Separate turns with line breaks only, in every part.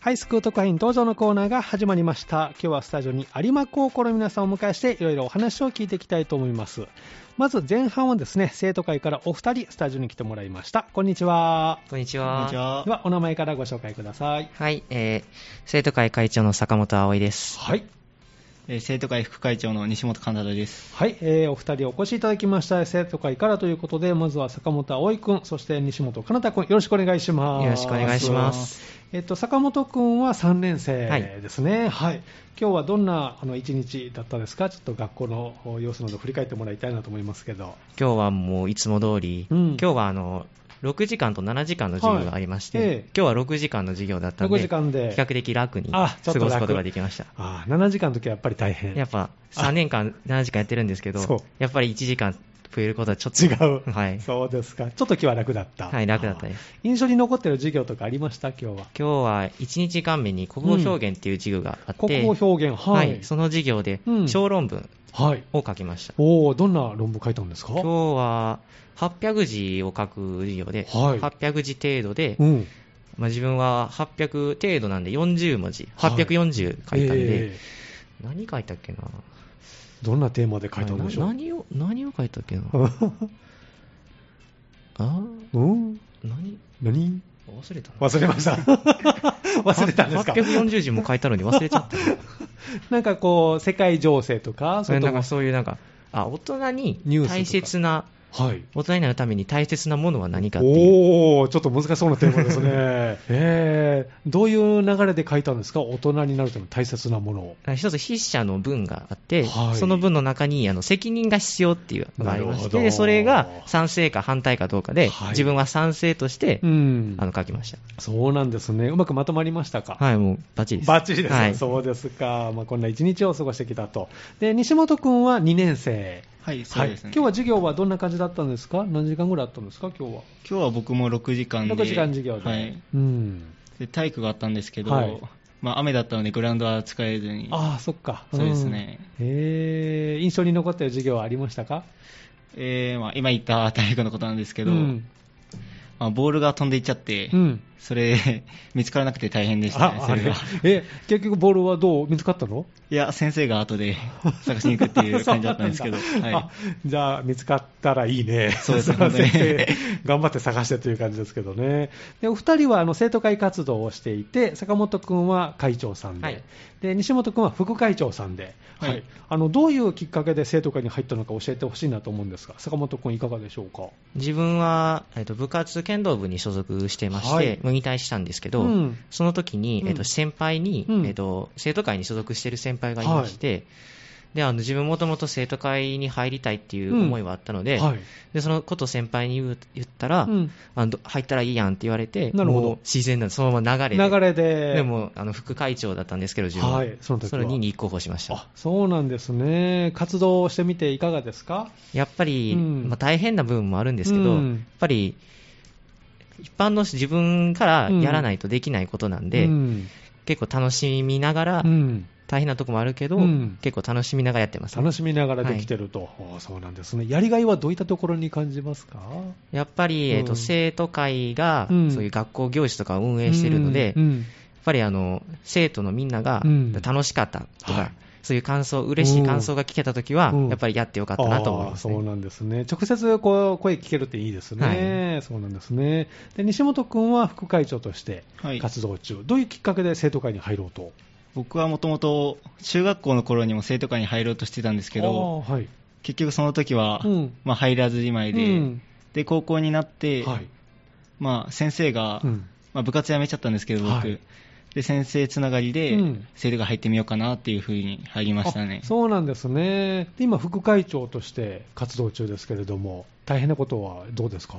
はい、スクートクハイン登場のコーナーが始まりました。今日はスタジオに有馬高校の皆さんをお迎えして、いろいろお話を聞いていきたいと思います。まず前半はですね、生徒会からお二人、スタジオに来てもらいました。こんにちは。
こんにちは。
こんにちは
では、お名前からご紹介ください。
はい、えー、生徒会会長の坂本葵です。
はい。
えー生徒会副会長の西本神田です。
はい、えーお二人お越しいただきました生徒会からということで、まずは坂本葵くん、そして西本かなたくん、よろしくお願いします。
よろしくお願いします。
えっと、坂本くんは3年生ですね。はい。今日はどんなあの1日だったですかちょっと学校のお様子など振り返ってもらいたいなと思いますけど。
今日はもういつも通り、
うん
今日はあの、6時間と7時間の授業がありまして、
はいええ
今日は6時間の授業だったん
6
で、
時間で。
比較的楽に過
あちょっと楽
ごすことができました。
あー7時間の時はやっぱり大変。
やっぱ3年間7時間やってるんですけ
そう
ど、やっぱり1時間増えることはちょっと
違う。
はい。
そうですか。ちょっと今日は楽だった。
はい、楽だったで
あ
す。
ー印象に残ってる授業とかありました今日は。
今日は1日間目に国語表現っていう授業があって、
国語表現。
は
はい。
い、その授業で
うん
小論文
はい。
を書きました。
おーどんな論文書いたんですか
今日は800字を書く授業で、
はい
800字程度で、
うん。
まあ、自分は800程度なんで40文字、
はい
840書いたんで、
え
何書いたっけな
ーどんなテーマで書いたんでしょう、
な何を何を書いたっけなあ
うん
何
何
忘れたな
忘れ ました。忘れたんですか
840字も書いたのに忘れちゃ った
なんかこう、世界情勢とか、
そ
それ
れ
と
なん
も
かそういうなんかあ大人に
ニュースとか
大切な
はい。
大人になるために大切なものは何かっていう
おー、ちょっと難しそうなテーマです ね。えー、どういう流れで書いたんですか大人になるための大切なものを。
あ一つ筆者の文があって、
はい
その文の中にあの責任が必要っていうのがありま
なるほ
し
ど
て、でそれが賛成か反対かどうかで、
はい
自分は賛成として、
うん。
あの書きました。
そうなんですね。うまくまとまりましたか
はい、もうバッチリです。
バッチリです、
はい。
そうですか、まあ、こんな一日を過ごしてきたと、で西本君は2年生、
はい、そうですね。
今日は授業はどんな感じだったんですか、何時間ぐらいあったんですか、今日は。
今日は僕も6時間で。
6時間授業で。
はい。
うん、
で体育があったんですけど、
はい
まあ雨だったのでグラウンドは使えずに。
ああ、そっか、
そうですね
うん。へえ印象に残っている授業はありましたか
えーまあ今言った体育のことなんですけど、
うん
まあボールが飛んでいっちゃって、
うん
それ 見つからなくて大変でしたね、
あ
それが
あ。れえ結局、ボールはどう見つかったの
いや、先生が後で探しに行くっていう感じだったんですけ ど、
そうなんだ
は
あじゃあ、見つかったらいいね。
そうです
先
本当に
生頑張って探してという感じですけどね。で、お二人は、あの、生徒会活動をしていて、坂本くんは会長さんで、
はい
で、西本くんは副会長さんで、はい。
はい
あの、どういうきっかけで生徒会に入ったのか教えてほしいなと思うんですが、坂本くんいかがでしょうか
自分は、えっと、部活剣道部に所属してまして、
はい
もう引退したんですけど、
うん
その時に、えっ
うん
と、先輩に、
うん
えっと、生徒会に所属している先輩がいまして、であの自分もともと生徒会に入りたいっていう思いはあったので、
はい。
でそのことを先輩に言う言ったら、
うん
あのど入ったらいいやんって言われて、
なるほど
もう自然なそのまま流れで、
流れで。
でもあの副会長だったんですけど、自分
はいその時は
れに立候補しました
あ、。そうなんですね。活動をしてみていかがですか
やっぱり、
うん
まあ、大変な部分もあるんですけど、
うん
やっぱり一般の自分からやらないとできないことなんで、
うん
結構楽しみながら、
うん
大変なとこもあるけど、
うん
結構楽しみながらやってます、
楽しみながらできてると、おーそうなんですね、やりがいはどういったところに感じますか
やっぱり、えっ
う
と
ん
生徒会が、
うん
そういう学校行事とかを運営しているので、
うん
やっ
うん
ぱりあの生徒のみんなが
うん
楽しかったとか、
はい
そういう感想、嬉しい感想が聞けたときは、
うん
やっぱりやってよかったなと思います、ね
あーそうなんですね、直接こう声聞けるっていいですね、そうなんですねで西本君は副会長として
はい
活動中、どういうきっかけで生徒会に入ろうと。
僕はもともと中学校の頃にも生徒会に入ろうとしてたんですけど、
あーはい
結局その時は、
うん
まあ、入らずじまいで、
うん
で高校になって、
はい
まあ、先生が、
うん
まあ、部活辞めちゃったんですけど僕、
はい
で先生つながりで、
うん
生徒が入ってみようかなっていうふうに入りましたね
あそうなんですねで今、副会長として活動中ですけれども、大変なことはどうですか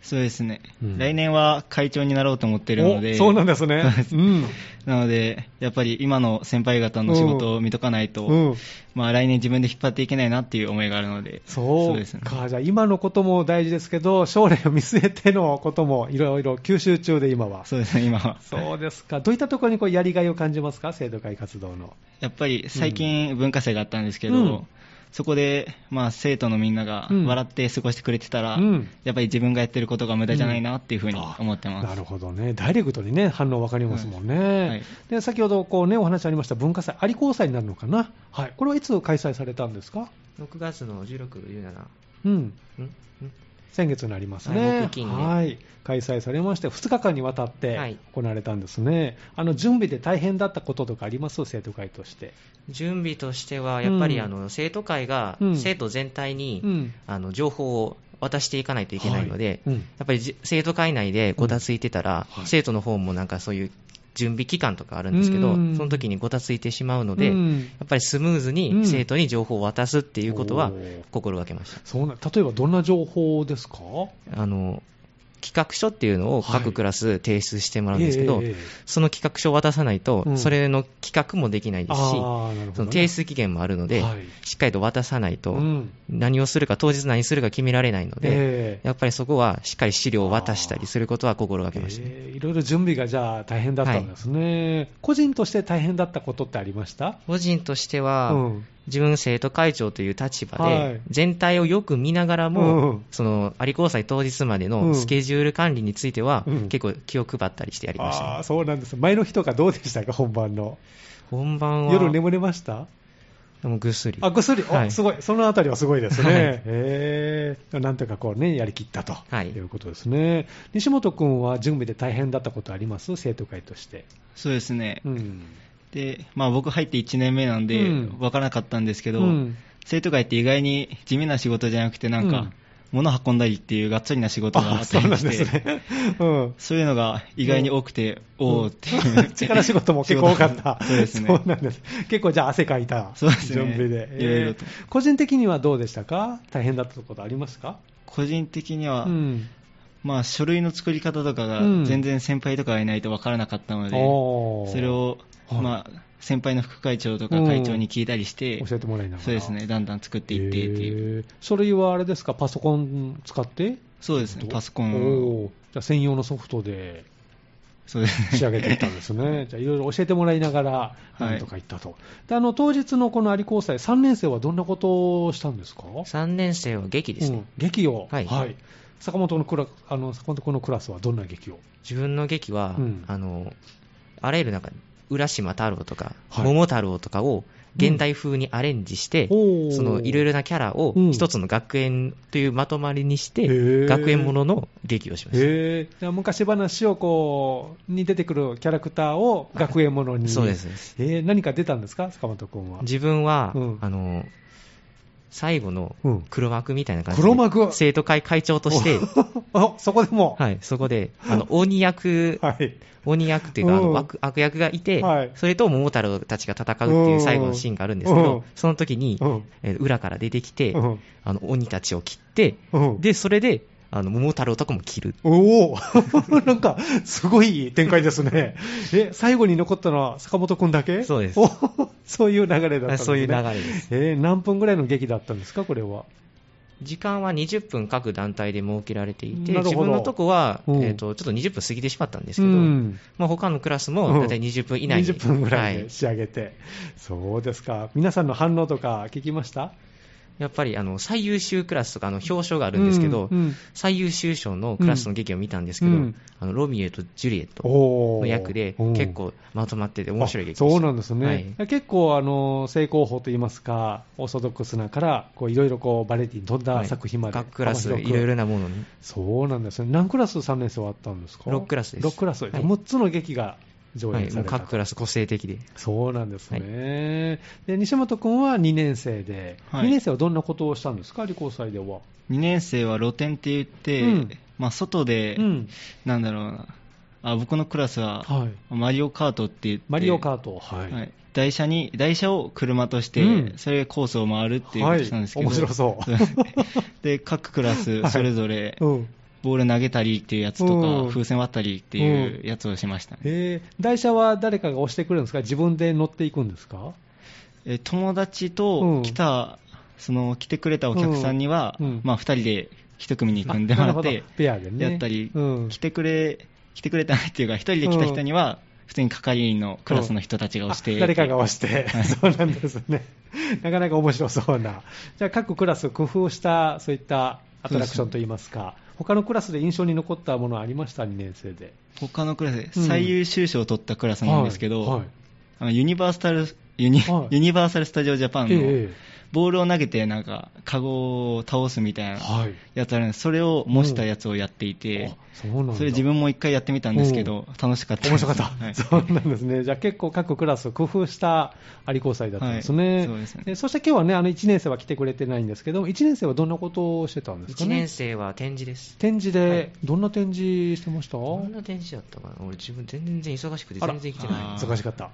そうですね、
うん
来年は会長になろうと思ってるので
おそうなんですね、うん
なのでやっぱり今の先輩方の仕事を見とかないと、
うん、
まあ、来年自分で引っ張っていけないなっていう思いがあるので
そう
ですね
か、じゃあ今のことも大事ですけど、将来を見据えてのこともいろいろ吸収中で今は。
そうですね今は
そうですか。どういったところにこうやりがいを感じますか、生徒会活動の。
やっぱり最近文化祭があったんですけど、
うん
そこで、まあ、生徒のみんなが
うん
笑って過ごしてくれてたら、
うん
やっぱり自分がやってることが無駄じゃないなっていうふうに思ってます。
なるほどね、ダイレクトにね、反応分かりますもんね。
はい
で先ほどこう、ね、お話ありました文化祭、有効祭になるのかな、はい、これはいつ開催されたんですか、
6月の16、17、
うん、
んん
先月になります
はい
ね
木、金ね
はい、開催されまして、2日間にわたって
はい
行われたんですね、あの準備で大変だったこととかあります、生徒会として。
準備としては、やっぱり、
うん
あの生徒会が
うん
生徒全体に、
うん
あの情報を渡していかないといけないので、
はいうん
やっぱりじ生徒会内でごたついてたら、
うんはい
生徒の方もなんかそういう準備期間とかあるんですけど、
うん
その時にごたついてしまうので、
うん
やっぱりスムーズ
うん
に生徒に情報を渡すっていうこと
お
は
ー
心がけました。
そうな例えばどんな情報ですか
あの企画書っていうのを
はい
各クラス提出してもらうんですけど、
ええええ
その企画書を渡さないと、
うん
それの企画もできないですし、
あーなるほどね
その提出期限もあるので、
はい
しっかりと渡さないと、
うん
何をするか、当日何するか決められないので、
ええ
やっぱりそこはしっかり資料を渡したりすることは心がけましたね。
えーいろいろ準備がじゃあ大変だったんですね、個人として大変だったことってありました
個人として
う
は、
ん
自分生徒会長という立場
は
で
い、
全体をよく見ながら
う
も
ん、
その、有効祭当日まで
うん
のスケジュール管理については
うん、
結構気を配ったりしてやりました
あ
ね。
ーそうなんです前の日とかどうでしたか、本番の、
本番は、
夜
で
眠れました
もぐっすり。
あぐっすり、お
はい
すごい、そのあたりはすごいですね、
はい
えーなんとかこうね、やりきったと、
はい
い、うことですね、西本君は準備で大変だったことあります、生徒会として。
そうですね。
うん
で、まあ僕入って1年目なんで
うん、
わからなかったんですけど、
うん
生徒会って意外に地味な仕事じゃなくて、なん
う
か
ん、
物運んだりっていうがっつりな仕事があ
あ
った
そう
り
なん
して、
ですね、 うん、
そういうのが意外に多くて、おーっていう、
力仕事も結構多かった、
そうですね
そうなんです結構じゃあ汗かいた、
そうですね
準備で、
いろいろと
えー個人的にはどうでしたか、大変だったことありますか、
個人的には、
うん、
まあ書類の作り方とかが
うん
全然先輩とかがいないとわからなかったので、
おー
それを、
はい
まあ先輩の副会長とか会長に聞いたりして、
教えてもらいながら、
そうですね、だんだん作っていってっていう、
へー書類はあれですか、パソコン使って、
そうですね、パソコンを、
おーじゃあ専用のソフトで
そうですね。
仕上げていったんですね、じゃあいろいろ教えてもらいながら、
い
なんとか行ったと、であの当日のこの有高祭、3年生はどんなことをしたんですか
3年生は劇です
う
ね
ん。劇を、は
はいい
坂本のクラあの坂本君のクラスはどんな劇を、
自分の劇は
うん、
あの、あらゆる中、浦島太郎とか、
はい
桃太郎とかを現代風にアレンジして、
おー
そのいろいろなキャラを
うん
一つの学園というまとまりにし
へー
て、学園ものの劇をしました。
へーじゃあ昔話をこうに出てくるキャラクターを学園ものに、
そうですそうです
えー何か出たんですか、坂本君は。
自分は、
うん
あの、最後の
うん
黒幕みたいな感じで、
黒幕
生徒会会長として、
あそこでも、
はい、そこで、あの、鬼役、
はい
鬼役っていうか、あ
うん
の悪悪役がいて、
はい
それと桃太郎たちが戦うっていう最後のシーンがあるんですけ
うん
ど、その時に、
うん
えー裏から出てきて、
うん
あの、鬼たちを切って、
うん
で、それで、あの、桃太郎とかも切る。
お おなんか、すごい展開ですね。え、最後に残ったのは坂本くんだけ
そうです
お そういう流れだったんですね。
そういう流れです。
えー何分ぐらいの劇だったんですか、これは。
時間は20分各団体で設けられていて、
なるほど
自分のとこは、
うん
えー、とちょっと20分過ぎてしまったんですけど、
うん
まあ、他のクラス
うん
も大体20分以内に、
20分ぐらい
は
で仕上げて、そうですか、皆さんの反応とか聞きました
やっぱりあの最優秀クラスとかあの表彰があるんですけど、
うんうん
最優秀賞のクラスの劇を見たんですけど、
うん
あのロミオとジュリエット
おー
の役で
うん
結構まとまってて面白い劇で
あ
し
そ
た
うなんですね、
はい
結構あの正攻法といいますかオーソドックスなからこういろいろこうバレエティに飛んだ作品まで、
各クラス
幅広
い
く
ろいろなものに
そうなんですね何クラス3年生はあったんですか
六クラスです
6クラス、
はい
6つの劇が上
は
演
い、
さ
もう
れた、
各クラス個性的で
そうなんですね、で西本君は2年生で、
はい
2年生はどんなことをしたんですか理工祭では、
2年生は露店って言って、
うん
まあ、外で、
うん
なんだろうなあ、僕のクラスは、
はい
マリオカートって言って、
マリオカ
ー
ート、はい
はい、台車に台車を車として、
うん
それでコースを回るっていうことなんですけど、
はい面白そう
で各クラス
はい
それぞれ、
うん
ボール投げたりっていうやつとか、
うん
風船割ったりっていうやつをしましたね、
えー台車は誰かが押してくるんですか、自分で乗っていくんですか、
え友達
うん
と来た、その来てくれたお客さんには、
うんうん
まあ、2人で1組に組んでも
な
ら
るほ
っ
ど
て
ペアでね
やったり、
うん
来てくれ来てくれたっていうか1人で来た人には、普通に係員のクラスの人たちが押して、
あ誰かが押して、そうなんですね、なかなか面白そうな、じゃあ、各クラス、工夫したそういったアトラクションといいますか、他のクラスで印象に残ったものはありました、2年生で。
他のクラスで
うん
最優秀賞を取ったクラスなんですけど、
はいはい
あのユニバーサルユニ
はい
ユニバーサル・スタジオ・ジャパンの
え
ボールを投げてなんかカゴを倒すみたい
え
な
はい、
やつあるんですそれを模したやつをやっていて
あ、そうなんだ
それ自分も一回やってみたんですけど楽しかった
面
です
白かった、
はい
そうなんですね、じゃあ結構各クラス工夫した有り交際だったんですね、
はいそうですね
えそして今日はね、あの1年生は来てくれてないんですけども、1年生はどんなことをしてたんですか
1
ね、
年生は展示です。
展示で、どんな展示してました、
どんな展示だったかな俺自分全然忙しくて
あら
全然来てな
あ
い。
ー
忙しかった、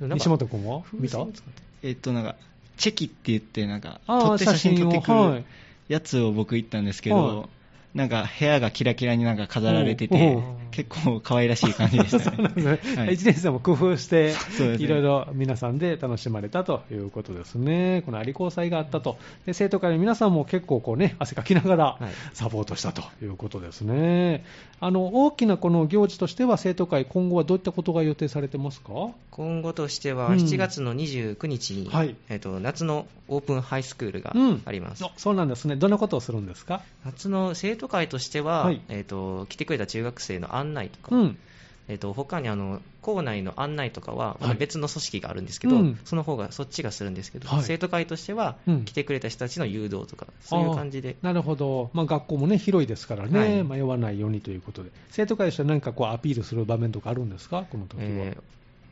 なんか
西本君は見た
風船 使って
えっとなんかチェキって言ってなんか
あー
撮って写真撮ってく
は
る
い
やつを僕行ったんですけど、
は
なんか部屋がキラキラになんか飾られてて
おうおう
結構可愛らしい感じでし
そう
たね
なんですね、
はい
1年生も工夫して
そうです、ね
いろいろ皆さんで楽しまれたということですね、この有り交際があったと、で生徒会の皆さんも結構こう、ね、汗かきながら
はい
サポートしたということですね、あの大きなこの行事としては、生徒会、今後はどういったことが予定されてますか
今後として
う
は
ん
7月の29日に、
はい
えっと夏のオープンハイスクールが
うん
あります、
あそうなんですね、どんなことをするんですか、
夏の生徒会としては、
はい
えっと来てくれた中学生の案内とか、
うん、
えっと他にあの校内の案内とかは、
はい
別の組織があるんですけど、
うん
その方がそっちがするんですけど、
はい
生徒会としては、
うん
来てくれた人たちの誘導とかそういう感じで
あーなるほど、まあ、学校も、ね、広いですからね、
はい
迷わないようにということで、生徒会として何かこうアピールする場面とかあるんですか、この時は。
え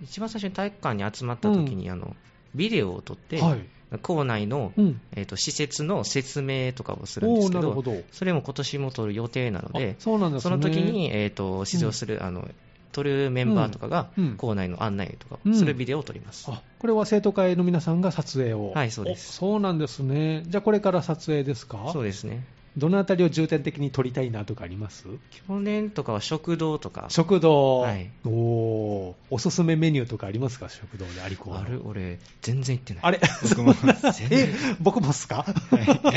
ー一番最初に体育館に集まった時に、あのビデオを撮って、
はい
校内の、
うん
えー、と施設の説明とかをするんですけ
おー
ど
なるほど
それも今年も撮る予定なので
あそうなんですね
その時に、えー、と出場する、あの撮るメンバーとかが、
うんうん
校内の案内とか
う
を
ん
するビデオを撮ります、
あこれは生徒会の皆さんが撮影を、
はいそうです
おそうなんですね、じゃあこれから撮影ですか、
そうですね
どのあたりを重点的に撮りたいなとかあります
去年とかは食堂とか
食堂、
はい
おーおすすめメニューとかありますか、食堂でありこうの
ある俺全然行ってない
あれ、
僕も
え僕もっすか、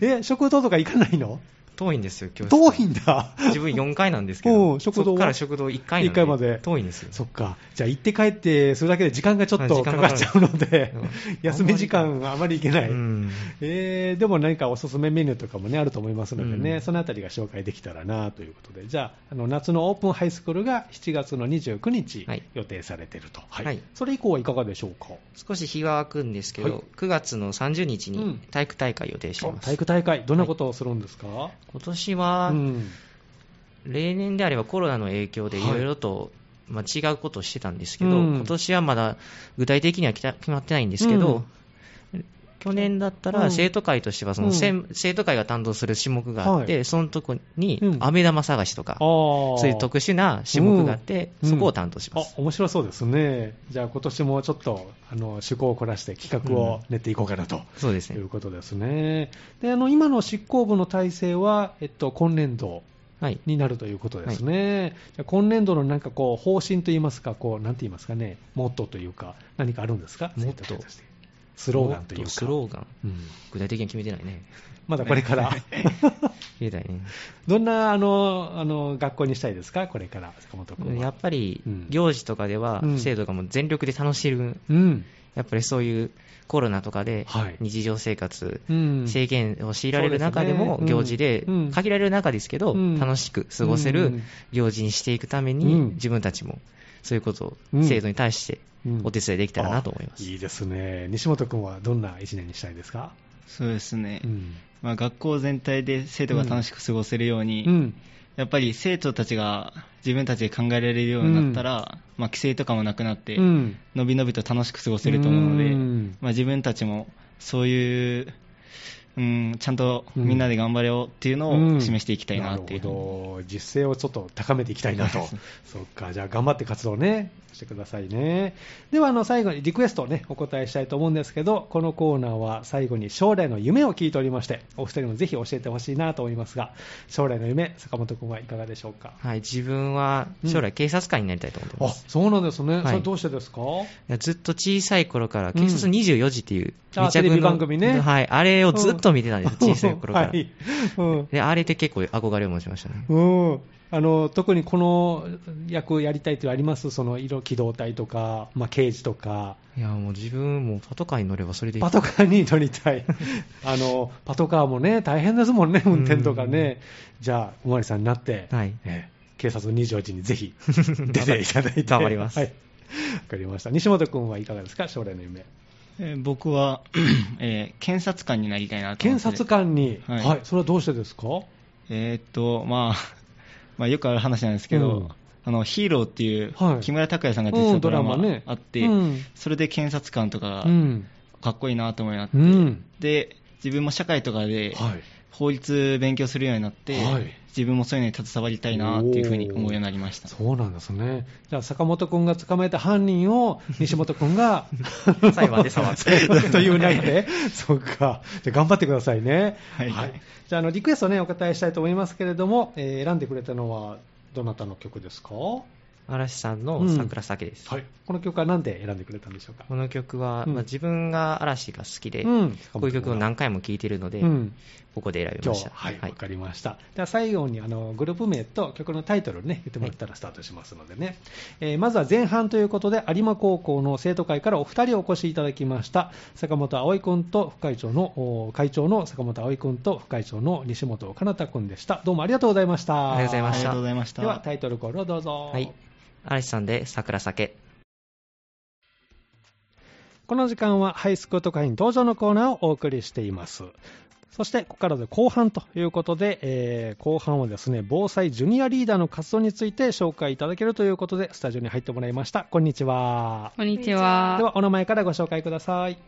え食堂とか行かないの
遠いんですよ教室
遠いんだ。
自分4階なんですけ
うん
ど
食堂は
そこから食堂1階なの
一階まで
遠いんですよ
そっか、じゃあ行って帰ってするだけで時間がちょっと
はい時
か
間
か
が
っ
かかる
ちゃうので
うん、
休み時間、あまり行けない、
うん
えーでも何かおすすめメニューとかも、ね、あると思いますのでね、
うん
そのあたりが紹介できたらなということで、じゃあ、あの夏のオープンハイスクールが7月の29日
はい、
予定されていると、はい
はい
それ以降はいかがでしょうか。
少し日は空くんですけど、
はい
9月の30日
うん
に体育大会予定しています、
体育大会、どんなことをするんですか、
今年は、
うん
例年であればコロナの影響でいろいろと、まあ、違うことをしてたんですけど、
うん
今年はまだ具体的にはきた決まってないんですけど、去年だった
う
ら
ん
生徒会としてはその、
うん
せん生徒会が担当する種目があって、
は
そのとこに
うん
飴玉探しとか、そういう特殊な種目があって、
うん
そこを担当しま
あ
す、
面白そうですね、じゃあ、今年もちょっとあの趣向を凝らして企画を練っていこうかなと。
そうです
とい
ね
うことですね。で、あの、今の執行部の体制は、えっと、今年度
はい
になるということですね。じゃあ今年度のなんかこう、方針といいますか、こう、なんて言いますかね、モットーというか、何かあるんですか
モットー
生徒会としてスローガンというか。
スローガン
うん
具体的に決めてないね
まだこれ から、
決めてないね
どんな、あの、あの、学校にしたいですかこれから、坂本君は。
やっぱり
うん
行事とかでは
うん
生徒がもう全力で楽しむ
うん。
やっぱりそういうコロナとかで
はい
日常生活、
うん。
制限を強いられる中で
そう
も
ですね
行事で
うん、
限られる中ですけど
うん、
楽しく過ごせ
うん
る行事にしていくため
うん
に、自分たちもそういうこと
う
を
ん
生徒に対して
うん
お手伝いできたらなと思います
あ。いいですね。西本君はどんな一年にしたいですか
そうですね、
うん。
まあ、学校全体で生徒が楽しく過ごせるように、
うん。
やっぱり生徒たちが自分たちで考えられるようになったら、まあ、規制とかもなくなって、
うん
のびのびと楽しく過ごせると思うので、
うん
まあ、自分たちもそういう、うん、ちゃんとみんなで頑張れよっていうのを示していきたいなっていう、
るほど実践をちょっと高めていきたいなとそっかじゃあ頑張って活動ねしてくださいねではあの最後にリクエストをねお答えしたいと思うんですけどこのコーナーは最後に将来の夢を聞いておりましてお二人もぜひ教えてほしいなと思いますが将来の夢坂本君はいかがでしょうか
はい、自分は将来警察官になりたいと思ってま
あ
す。
そうなんですね、
はい
それどうしてですか
ずっと小さい頃から警察24時っていう
うんあ
密着の
テレビ番組ね
はい、あれをずっと見てたんです小さい頃から、
はいうん
であれで結構憧れを持ちましたね
うん、あの特にこの役やりたいというのあります、その色機動隊とか、まあ、刑事とか、
いやもう自分もパトカーに乗ればそれでいい
パトカーに乗りた いあの、パトカーもね、大変ですもんね、運転とかね、じゃあ、おまりさんになって、
はい
ええ警察の24時にぜ ひ出ていただいて、
頑張ります、
はい、わかりました西本君はいかがですか、将来の夢。
えー僕は、 えー検察官になりたいなと思
検
ってて
察官に、は
はいい
それはどうしてですか
えーっと、まあ、 まあよくある話なんですけど、
うん
あのヒーローっていう
はい
木村拓哉さんが出
う
て
ん
たドラマ
ドラマね
あって、
うん
それで検察官とか
う、ん、
かっこいいなと思いなって、
うん
で自分も社会とかで
はい
法律勉強するようになって、
はい
自分もそういうのに携わりたいなっていうふうに思うようになりました。
そうなんですね。じゃあ、坂本君が捕まえた犯人を、 西本君が
裁判で裁 く
という内容で、そうか。じゃあ、頑張ってくださいね。
はい
じゃあ、あの、リクエストね、お答えしたいと思いますけれども、えー選んでくれたのは、どなたの曲ですかは
嵐さんの「桜酒」です、
い。この曲は何で選んでくれたんでしょうか
この曲は、
うん
まあ、自分が嵐が好きで、
うん
こういう曲を何回も聴いてるので、
うん
ここで選び
今
ま
日
した。
はい、わかりました。では最後にあのグループ名と曲のタイトルをね、言ってもらったらスタートしますのでね。えーまずは前半ということで、有馬高校の生徒会からお二人お越しいただきました。坂本葵君と副会長の、お会長の坂本葵君と副会長の西本かなた君でした。どうもありがとうございました。
ありがとうございま
あ
し
りがとうございました。
ではタイトルコールをどうぞ。
はい。嵐さんで桜酒。
この時間はハイスクート会員登場のコーナーをお送りしています。そして、ここからで後半ということで、えー後半はですね、防災ジュニアリーダーの活動について紹介いただけるということで、スタジオに入ってもらいました。こんにちは。
こんにちは。
では、お名前からご紹介ください。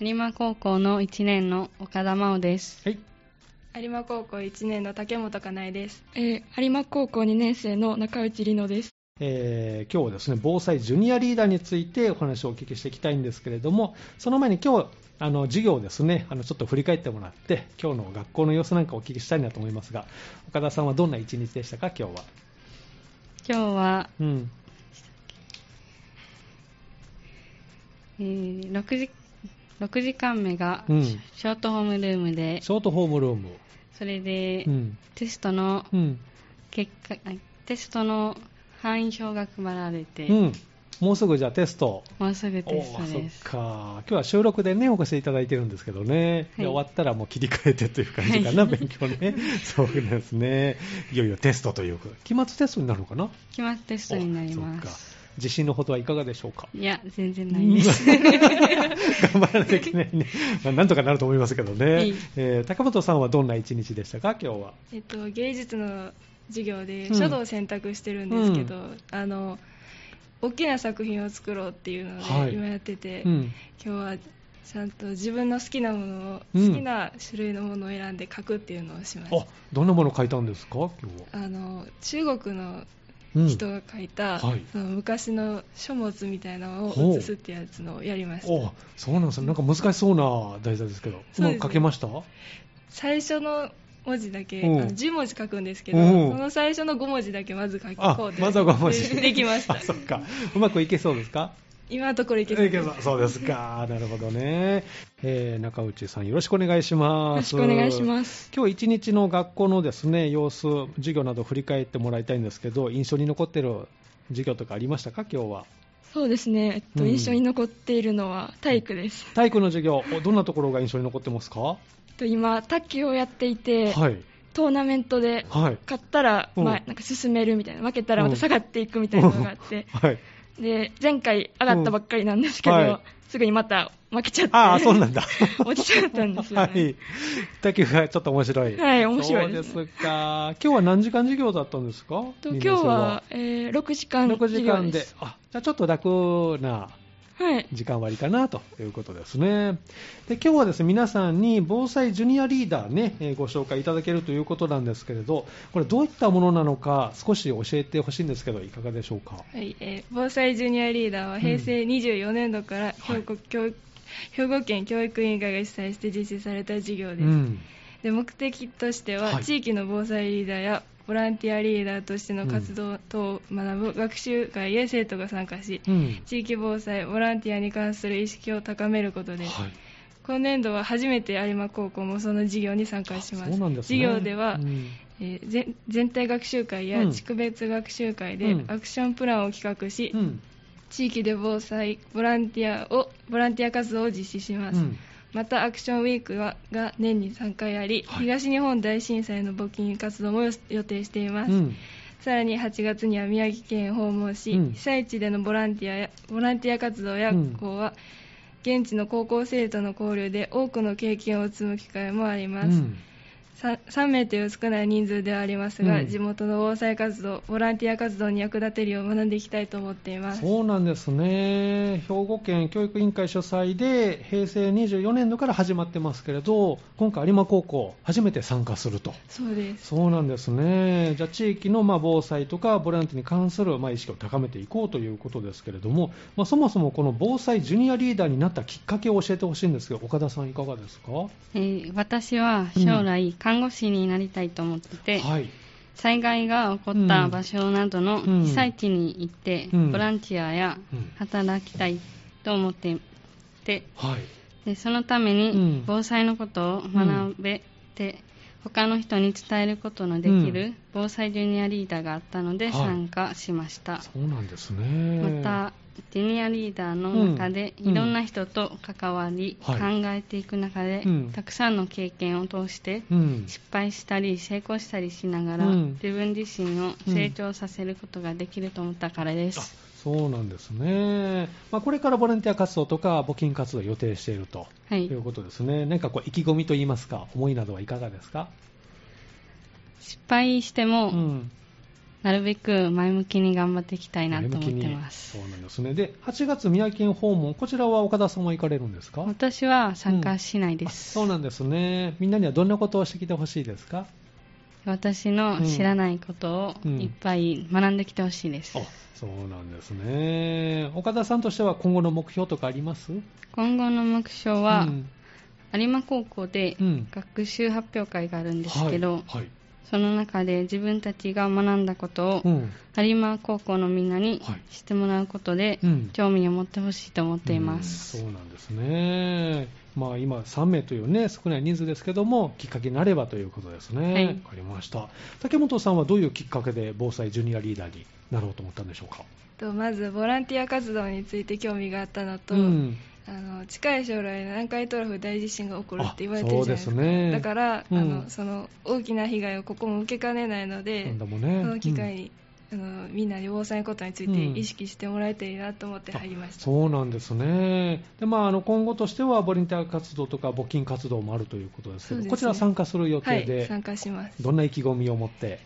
有馬高校の1年の岡田真央です。
はい。
有馬高校1年の竹本かなえです、えー有馬高校2年生の中内里乃です
えー今日はですね、防災ジュニアリーダーについてお話をお聞きしていきたいんですけれども、その前に今日、あの、授業をですね、あの、ちょっと振り返ってもらって、今日の学校の様子なんかお聞きしたいなと思いますが、岡田さんはどんな一日でしたか、今日は。
今日は、
うん。
えー 6, 時6時間目が
うん
ショートホームルームで、
ショートホームルーム。
それで
うん。
テストの
うん。
結果、あテストの範囲表が配られて、
うん。もうすぐじゃあテスト。
もうすぐテス
お
ト
ー
で
そっ
す。
か。今日は収録でね、お越しいただいてるんですけどね。
はい
で終わったらもう切り替えてという感じ かな、勉強ね。そうですね。いよいよテストというか、期末テストになるのかな
期末テストになりま
おそっか
す。
自信のほどはいかがでしょうか
いや、全然ない です。
頑張らなきゃいけないね。まあなんとかなると思いますけど
は
ね
い。
えー高本さんはどんな一日でしたか、今日は。
えっと、芸術の授業
う
で
ん
書道を選択してるんですけど、
う
あの大きな作品を作ろうっていう
は
の
い
で今やってて、
うん。
今日はちゃんと自分の好きなものを、
うん
好きな種類のものを選んで書くっていうのをしまし
あ、どんなものを書いたんですか、今日は。
たあの中国の
うん
人が書いた、
はい
その昔の書物みたいなのを写すってやつのをやりました
おそうなんですね、なんか難しそうな題材ですけど、う
そうですね
まく書けました
最初の文字だけ、あ
うん
の10文字書くんですけど、
うん
その最初の5文字だけまず書き
あ
こうと
まずは5文字
でできました
あそっかうまくいけそうですか
今のところいけ
い
そう
け
です
そうそうですか、なるほどね、えー中内さん、よろしくお願いし
よ
ま
ろ
す。
しくお願いします
今日一日の学校のですね様子、授業など振り返ってもらいたいんですけど、印象に残ってる授業とかありましたか、今日は。
そうですね、えっと
うん
印象に残っているのは体育です、
体育の授業、おどんなところが印象に残ってますか、は
えっと今卓球をやっていて、
い、
トーナメントで
はい、
勝ったら、
うん
まあ、なんか進めるみたいな負けたらまた下がっていくみたいなのがあって、
はい、
で前回上がったばっかりなんですけど、
うんはい
すぐにまた負けちゃって
ああ、そうなんだ。
落ちちゃったんです
は
よ、ね
い、卓球がちょっと面白い。
はい面白いですね
そうですか。今日は何時間授業だったんですか
と今日は、えー6時間
6
授
時
業
間で
で。
すあ、じゃあちょっと楽な
はい、
時間割かなということですね。で、今日はですね、皆さんに防災ジュニアリーダーね、えーご紹介いただけるということなんですけれど、これどういったものなのか少し教えてほしいんですけど、いかがでしょうか。
はいえー防災ジュニアリーダーは平成24年度から兵庫,、教育兵庫県教育委員会が主催して実施された事業
う
です、
ん。
で目的として
は
はい地域の防災リーダーやボランティアリーダーとしての活動等を学ぶ学習会へ生徒が参加し、
うん。
地域防災ボランティアに関する意識を高めることです、
はい。
今年度は初めて有馬高校もその授業に参加します
そうなんですね
授業では、
うん
えー全全体学習会
う
や
ん
地区別学習会
う
で
ん
アクションプランを企画し、
うん
地域で防災ボランティアをボランティア活動を実施します、
うん
またアクションウィークはが年に3回あり、東日本大震災の募金活動もよ予定しています、
うん
さらに8月には宮城県を訪問し、
うん
被災地でのボランティアやボランティア活動や
うん
校は、現地の高校生との交流で多くの経験を積む機会もあります、
うん
さ 3, 名という少ない人数ではありますが、
うん
地元の防災活動ボランティア活動に役立てるよう学んでいきたいと思っています
そうなんですね兵庫県教育委員会主催で平成24年度から始まってますけれど今回有馬高校初めて参加すると
そうです
そうなんですねじゃあ地域のまあ防災とかボランティアに関するまあ意識を高めていこうということですけれども、まあ、そもそもこの防災ジュニアリーダーになったきっかけを教えてほしいんですけど岡田さん、いかがですか。は
えー私は将来看護師になりたいと思ってて、
い、
災害が起こった場所などの
うん
被災地に行って、
うん
ボランティアや
うん
働きたいと思っていて
はい、
でそのため
うん
に防災のことを学べて、他の人に伝えることのでき
う
る防災ジュニアリーダーがあったの
は
で
い
参加しました、
そうなんですね。
またジュニアリーダーの中で
うん
いろんな人と関わり、
はい
考えていく中で、
うん
たくさんの経験を通して
うん、
失敗したり成功したりしながら、
うん
自分自身を成長させることができると思ったからです、
そうなんですね。まあ、これからボランティア活動とか募金活動を予定していると。
はい
いうことですね。なんかこう意気込みと言いますか、思いなどはいかがですか。
失敗しても、
ん、
なるべく前向きに頑張っていきたいな
前
と
向
思
き
って
に
ます
そうなんですね。で、8月宮城県訪問、こちらは岡田さんは行かれるんですか。
私は参加しないです、
そうなんですね。みんなにはどんなことをしてきてほしいですか。
私の知らないことを
うん
いっぱい学んできてほしいです、
あ、そうなんですね。岡田さんとしては今後の目標とかあります？
今後の目標は、
うん
有馬高校で
うん
学習発表会があるんですけど、
はい。はい
その中で自分たちが学んだことを
うん。
有馬高校のみんなに
はい
知ってもらうことで、
うん
興味を持ってほしいと思っています、
うんそうなんですね、まあ、今、3名という、ね、少ない人数ですけども、きっかけになればということですね、わ
はい
かりました竹本さんはどういうきっかけで防災ジュニアリーダーになろうと思ったんでしょうか。
とまずボランティア活動について興味があったのと、
うん
あの近い将来南海トラフ大地震が起こるって言われて
あ
るじゃないです
そ
か
うですね
だから、
うん
あのその大きな被害をここも受けかねないので、
なんだも
そ
ね
の機会に、あのみんなに防災のことについて意識してもらえたらいいなと思って入りました、
そうなんですねで、まあ、あの今後としてはボランティア活動とか募金活動もあるということですけど
そうですね
こちら参加する予
は
定で、
い参加します
どんな意気込みを持って、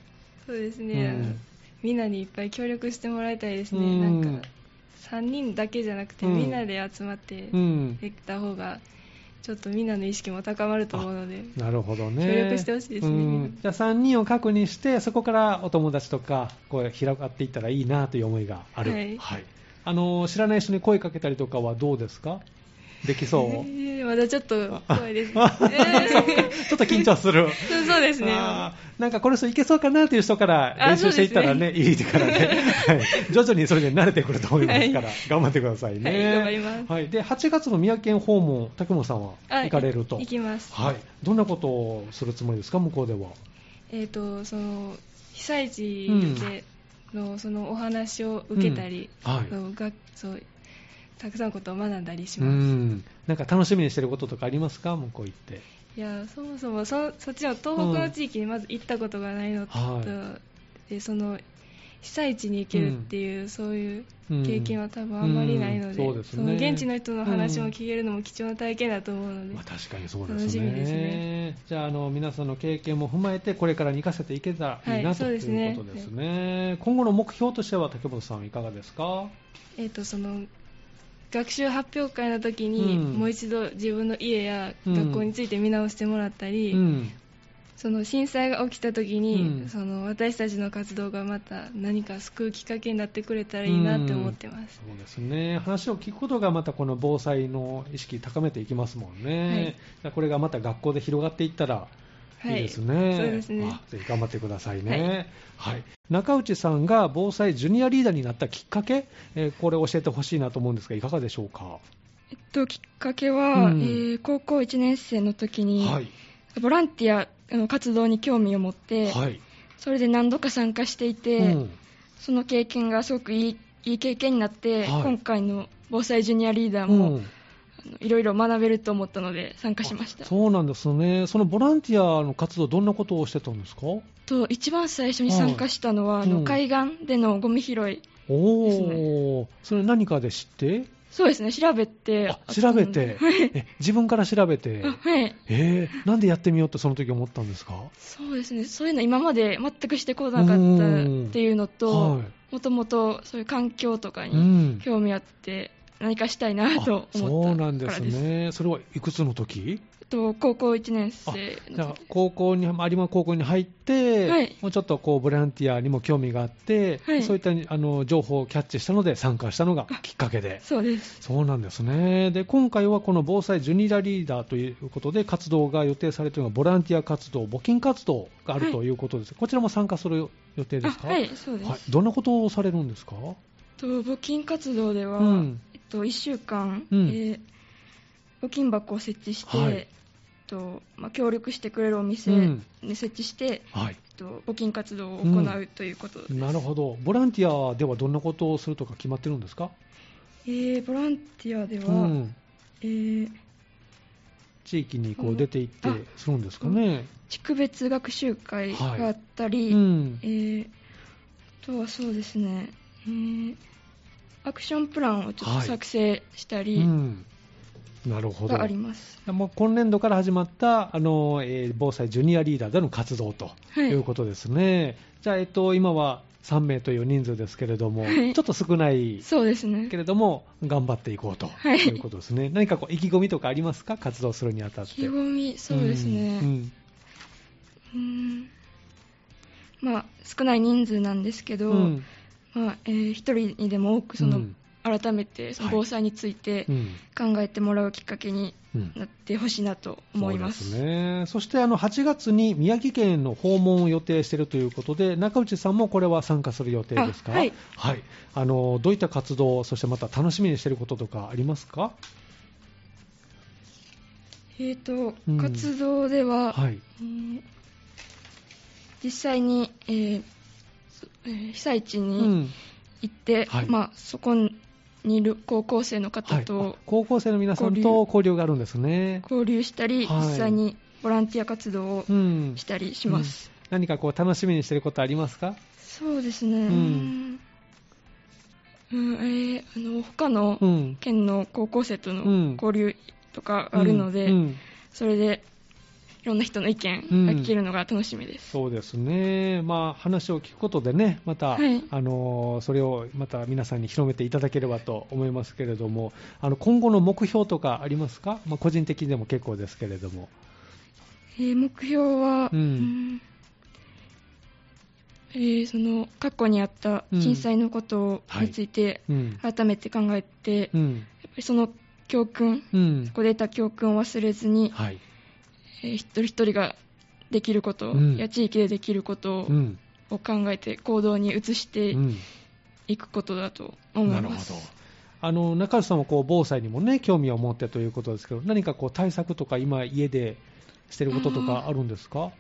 そうですね、あの
うん
みんなにいっぱい協力してもらいたいですね、
うん
なんか3人だけじゃなくて、
うん
みんなで集まって
うん、
できた方がちょっとみんなの意識も高まると思うので
なるほどね。
協力してほしいですね
うんじゃあ3人を確認して、そこからお友達とか、こう広がっていったらいいなという思いがある。
はい
あの知らない人に声かけたりとかはどうですかできそう。
えーまだちょっと怖いですね、
あ
え
そっか
ー
ちょっと緊張する。
そうそうですね。
あーなんかこの人いけそうかなという人から
あ
練習していったらね、
そう
いいからね、 はい徐々にそれで慣れてくると思いますから、頑張ってくださいね。
はい頑張ります
はい、で、8月の宮城県訪問、竹本さんは
あ
行かれると。
い行きます。
はい、どんなことをするつもりですか、向こうでは。
えっ、とその被災地での、そのお話を受けたり、
うんはい
そうがそうたくさんのことを学んだりし
う
ます。
ん、なんか楽しみにしてることとかありますか、向こう行って。
いやそもそもそそっちの東北の地域にまず行ったことがないのと、
は
でその被災地に行けるっていう、そういう経験は多分あんまりないので,、
うんうんそうですね
の現地の人の話も聞けるのも貴重な体験だと思うので、
まあ、確かにそうですね。
楽しみですね
じゃあ、あの、皆さんの経験も踏まえて、これからに生かせていけたらいいな、
はい
と
そうですね
いうことですね。今後の目標としては、竹本さんいかがですか。
えっとその学習発表会の時に、
うん
もう一度自分の家や
うん
学校について見直してもらったり、
うん、
その震災が起きた時に、
うん
その私たちの活動がまた何か救うきっかけになってくれたらいいなって思ってます、
そうですね。話を聞くことが、またこの防災の意識高めていきますもん
はい
ね。じゃあこれがまた学校で広がっていったら。いい
はい
ですね。
そうですね
あぜひ頑張ってくださいね。はい。中内さんが防災ジュニアリーダーになったきっかけ、えーこれを教えてほしいなと思うんですが、いかがでしょうか。
えっと、きっかけは、
うん
えー高校1年生の時に、
はい。
ボランティアの活動に興味を持って、
はい。
それで何度か参加していて、
うん
その経験がすごくいいいい経験になって、
はい
今回の防災ジュニアリーダーも、あのいろいろ学べると思ったので参加しました
そうなんですね。そのボランティアの活動、どんなことをしてたんですかお
と一番最初に参加したのは、
はい
あの
うん
海岸でのゴミ拾いです
お、それ何かで知って
そうですね調べて
あ調べて、え自分から調べて
あ、はい
えー、なんでやってみようってその時思ったんですか
そうですねそういうの今まで全くしてこなかったっていうのと
はい
もともとそういう環境とか
う
に
ん、
興味あって何かしたいな
あ
と
そ
思
う
っ
な
た
んで
から
す
です
ね。それはいくつの時
と高校1年生
じゃ
の
あ
時
高校に有馬高校に入って、
はい
もうちょっとこうボランティアにも興味があって、
はい
そういったあの情報をキャッチしたので参加したのがきっかけで。
そうです
そうなんですねで今回はこの防災ジュニアリーダーということで活動が予定されているのがボランティア活動、募金活動があるということです、こちらも参加する予定ですか、
あはいそうです、
はいどんなことをされるんですか、
と募金活動では、
うん
えっと、1週間、
うん
えー募金箱を設置して、
はい
えっとまあ、協力してくれるお店
うん
に設置して、えっ
はい、
と、募金活動を行うということです、
なるほど、ボランティアではどんなことをするとか決まってるんですか、
えーボランティアでは、
うん、
えー
地域にこう出て行って
あ
するんですかね。
地区別学習会があったり、
うん
えーあとはそうですね、えーアクションプランをちょっと作成した
う
り
ん、なるほど
があります、
もう今年度から始まったあの、えー防災ジュニアリーダーでの活動と
はい
いうことですね、じゃあ、えっと、今は3名という人数ですけれども、
はい
ちょっと少ない
そうですね
けれども、頑張っていこうと
はい
いうことですね、何かこう意気込みとかありますか、活動するにあたっ
意
て。
気込みそうですね、
うんうん
うーんまあ少ない人数なんですけど、
うん
まあえー一人にでも多くその、
うん
改めてその
はい
防災について
うん
考えてもらうきっかけに
うん
なってほしいなと思います。
そうですね。そしてあの8月に宮城県への訪問を予定しているということで、中内さんもこれは参加する予定ですか。
あはい。
はい。あのどういった活動、そしてまた楽しみにしていることとかありますか。
えーと
うん
活動では、
はい。
えー実際に、えーそえー被災地
う
に。行って、
はい
まあ、そこにいる高校生の
は
方
い。あ
と
高校生の皆さん
交流
と交流があるんですね。
交流したり、
はい
実際にボランティア活動を
うん
し。たりします。
何かこう楽しみにしていることありますか。
そうですね。
う
うんん。えーあの他の
うん。
県の高校生と
うん
の交流とかあるので、
うんうん
それでいろんな人の意見が聞けるのが楽しみです。
そうですね、まあ、話を聞くことでね、また、
はい
あのそれをまた皆さんに広めていただければと思いますけれども、あの今後の目標とかありますか、まあ、個人的でも結構ですけれども、
えー目標は、
うん
うんえーその過去にあった震災のこと
うん
について
うん、
改めて考えて、
う
やっ
ん、
ぱりその教訓、
うん
そ、こで得た教訓を忘れずに、
はい、
えー一人一人ができること、
うん
や地域でできることを、
うん、
を考えて行動に移して
うん、
いくことだと思います。
あの中内さんはこう防災にもね、興味を持ってということですけど、何かこう対策とか、今、家でしてることとかあるんですか、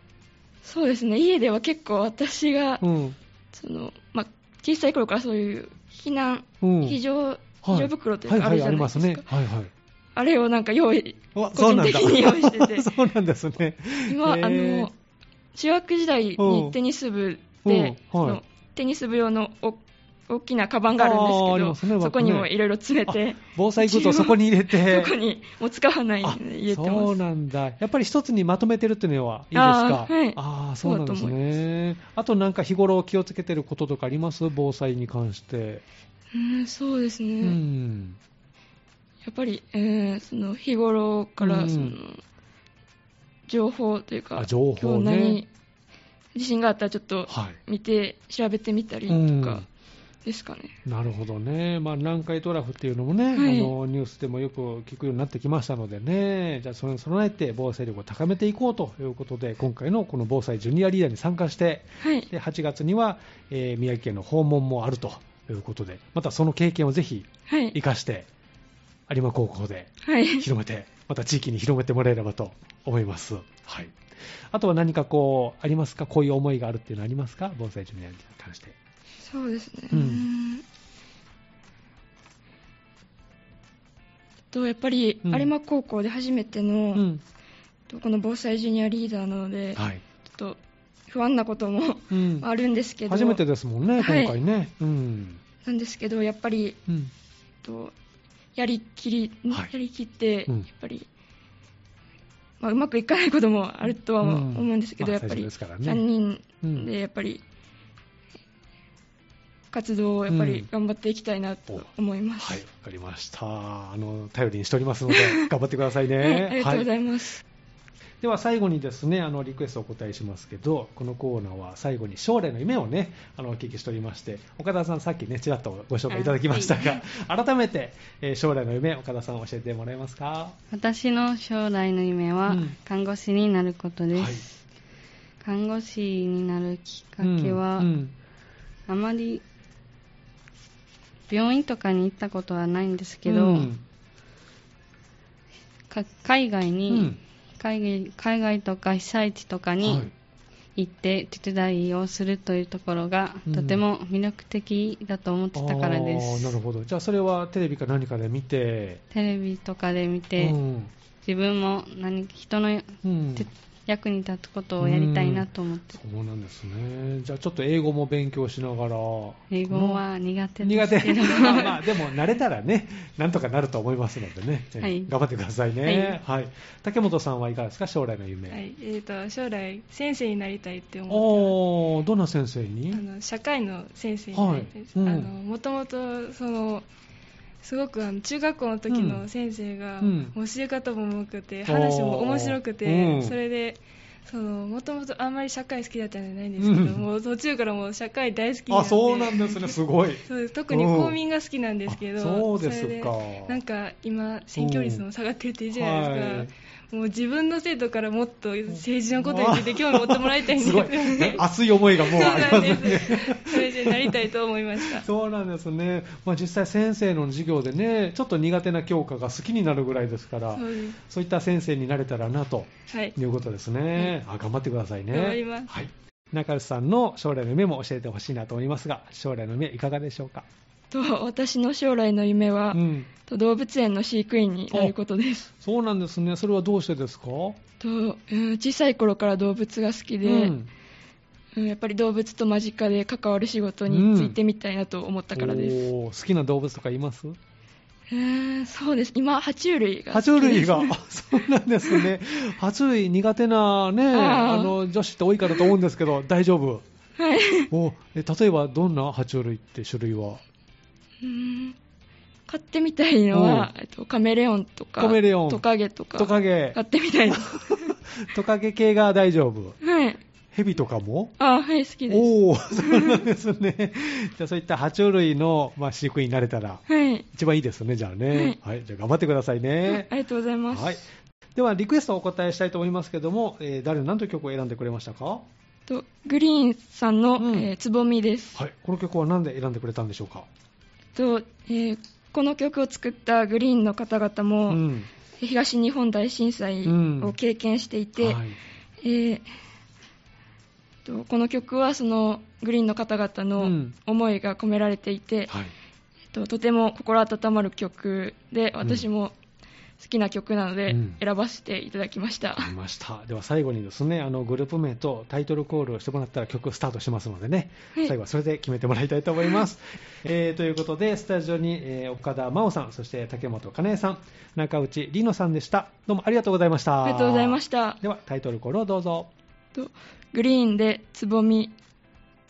そうですね。家では結構私が、
うん、
そのまあ小さい頃からそういう避難、
うん、
非
は
常
い
非常袋という
はい
かあ
は
る
い、
じ
あり
ゃないで
ますすね、
か。
はいはい。
あれをなんか用意
わ
個人的に用意してて
そうなんですね。
今あ
へー
の中学時代
うん
にテニス部
うんは
で、
い
そのテニス部用のお大きなカバンがあるんです
あーあ
け
り
ど
ま、すね
そこに
バッグ
も
ね
いろいろ詰めて、
防災グッズをそこに入れて。
そこにもう使わない
あ
んで入れてま
そう
す。
なんだ。やっぱり一つにまとめてるっていうのはいいですか
あーはい
あーそうなんですね。あとなんか日頃気をつけてることとかあります防災に関して。
うん、そうですね。
うん。
やっぱり、えーその日頃か
うん
らその情報というか、
あ情報ね
今日何地震があったらちょっと
はい。
見て調べてみたり
うん
とかですかね。
なるほどね、まあ、南海トラフっていうのもね、
はい
あのニュースでもよく聞くようになってきましたのでね、じゃあ、それに備えて防災力を高めていこうということで、今回のこの防災ジュニアリーダーに参加して、
はい。
で8月には、えー宮城県の訪問もあるということで、またその経験をぜひ
は
生
い。
かして、有馬高校で
はい。
広めて、また地域に広めてもらえればと思います。はい。あとは何かこう、ありますかこういう思いがあるっていうのありますか防災ジュニアに関して。
そうですね。
うん
うーんとやっぱり
うん
有馬高校で初めて
う
の、
ん。
とこの防災ジュニアリーダーなので、
はい。
ちょっと不安なことも
うん
あるんですけど
初めてですもんね、今
はい
回ね。うん。
なんですけどやっぱり
うん。
とやりきり、
はい
やりきって、
うん
やっぱり、まあ、うまくいかないこともあるとは思うんですけど、
まあ
やっぱ
最初
り
ですからね。
3人
うん
でやっぱり活動をやっぱり頑張っていきたいなと思います、
はい、わかりました。あの、頼りにしておりますので、頑張ってくださいね。
はいありがとうござ
はい
ます、
いでは最後にですね、あの、リクエストをお答えしますけど、このコーナーは最後に将来の夢をね、あの、お聞きしておりまして、岡田さんさっきね、ちらっとご紹介いただきましたが、改めて、えー将来の夢、岡田さん教えてもらえますか
私の将来の夢は
うん
看護師になることです、
はい
看護師になるきっかけは、
うんうん
あまり病院とかに行ったことはないんですけど、
うん
か海外に、
うん
海外海外とか被災地とか
は
に
い
行って手伝いをするというところが、
うん
とても魅力的だと思ってたからで
あー
す
なるほど。じゃあ、それはテレビか何かで見て、
テレビとかで見て、
うん
自分も何人の
うん
て役に立つことをやりたいなと思って、
そうなんですね。じゃあちょっと英語も勉強しながら。
英語は苦手で
苦
すけ
手。
ど
まあまあ、でも慣れたらね、なんとかなると思いますのでね。えー
はい
頑張ってくださいね。はい。竹本さんはいかがですか将来の夢。
はいえー、と将来先生になりたいって思って
おー、どんな先生に
ますあの社会の先生になりたいです、
はい
あ
うん
のもともとそのすごくあの中学校の時の先生が、
うん
教え方も多くて話も面白くて、
うん
それでそのもともとあんまり社会好きだったんじゃないんですけど、
うん
もう途中からもう社会大好きになっ
あ、
て
そうなんですね。すごい。
そうです特に公民が好きなんですけど、
あそうですか
れなんか今選挙率も下がってるっていいじゃないですか、
はい
もう自分の生徒からもっと政治のことについて興味持ってもらいたいんです
す
よ
ごい。
ね
ね熱い思いがも
そう
うあります
なん
ね。
ですそれじゃなりたいと思いま した
そうなんですね、まあ、実際、先生の授業でね、ちょっと苦手な教科が好きになるぐらいですから、
そうで
そういった先生になれたらなと
すはい
いうことですね。あ頑張ってくださいね。
頑張ります
はい。中内さんの将来の夢も教えてほしいなと思いますが、将来の夢いかがでしょうか。
と私の将来の夢は
うん。
と動物園の飼育員になることです
そうなんですね。それはどうしてですか。
と、うん小さい頃から動物が好きで、
うん
うんやっぱり動物と間近で関わる仕事についてみたいなと思ったからです、
おー好きな動物とかいます。
えーそうです今爬虫類
爬
が好きです
虫類が、あ そうなんですね。爬虫類苦手なね、
あ
あ
あ
の女子って多いかと思うんですけど、大丈夫。おえ例えばどんな爬虫類って種類は
うーん買ってみたいのは、えっと、カメレオンとか
カメレオン
トカゲとか
トカゲ
買ってみた いです、
トカゲ系が大丈夫
はい、
ヘビとかも
あはい好きです
おおーそうなんですねじゃあそういった爬虫類の、まあ、飼育員になれたら
はい
一番いいですねじゃあね、はいじゃあ頑張ってくださいね
あ、りがとうございます、
はい、ではリクエストをお答えしたいと思いますけども、えー誰の何という曲を選んでくれましたか
とグリーンさんの、
うん
えーつぼみです、
はいこの曲は何で選んでくれたんでしょうか
とえーこの曲を作ったグリーンの方々も、
うん
東日本大震災を経験していて、
はい
えーとこの曲はそのグリーンの方々
う
の
ん
思いが込められていて、
はい
えっととても心温まる曲で
ん
私も好きな曲なので
うん
選ばせていただきました、
わかりました。では最後にですね、あのグループ名とタイトルコールをしてもらったら曲スタートしますのでね、
はい
最後はそれで決めてもらいたいと思います。えーということで、スタジオに、えー岡田真央さん、そして竹本かなえさん、中内里乃さんでした。どうもありがとうございました。
ありがとうございました
ではタイトルコールをどうぞ。
とグリーンでつぼみ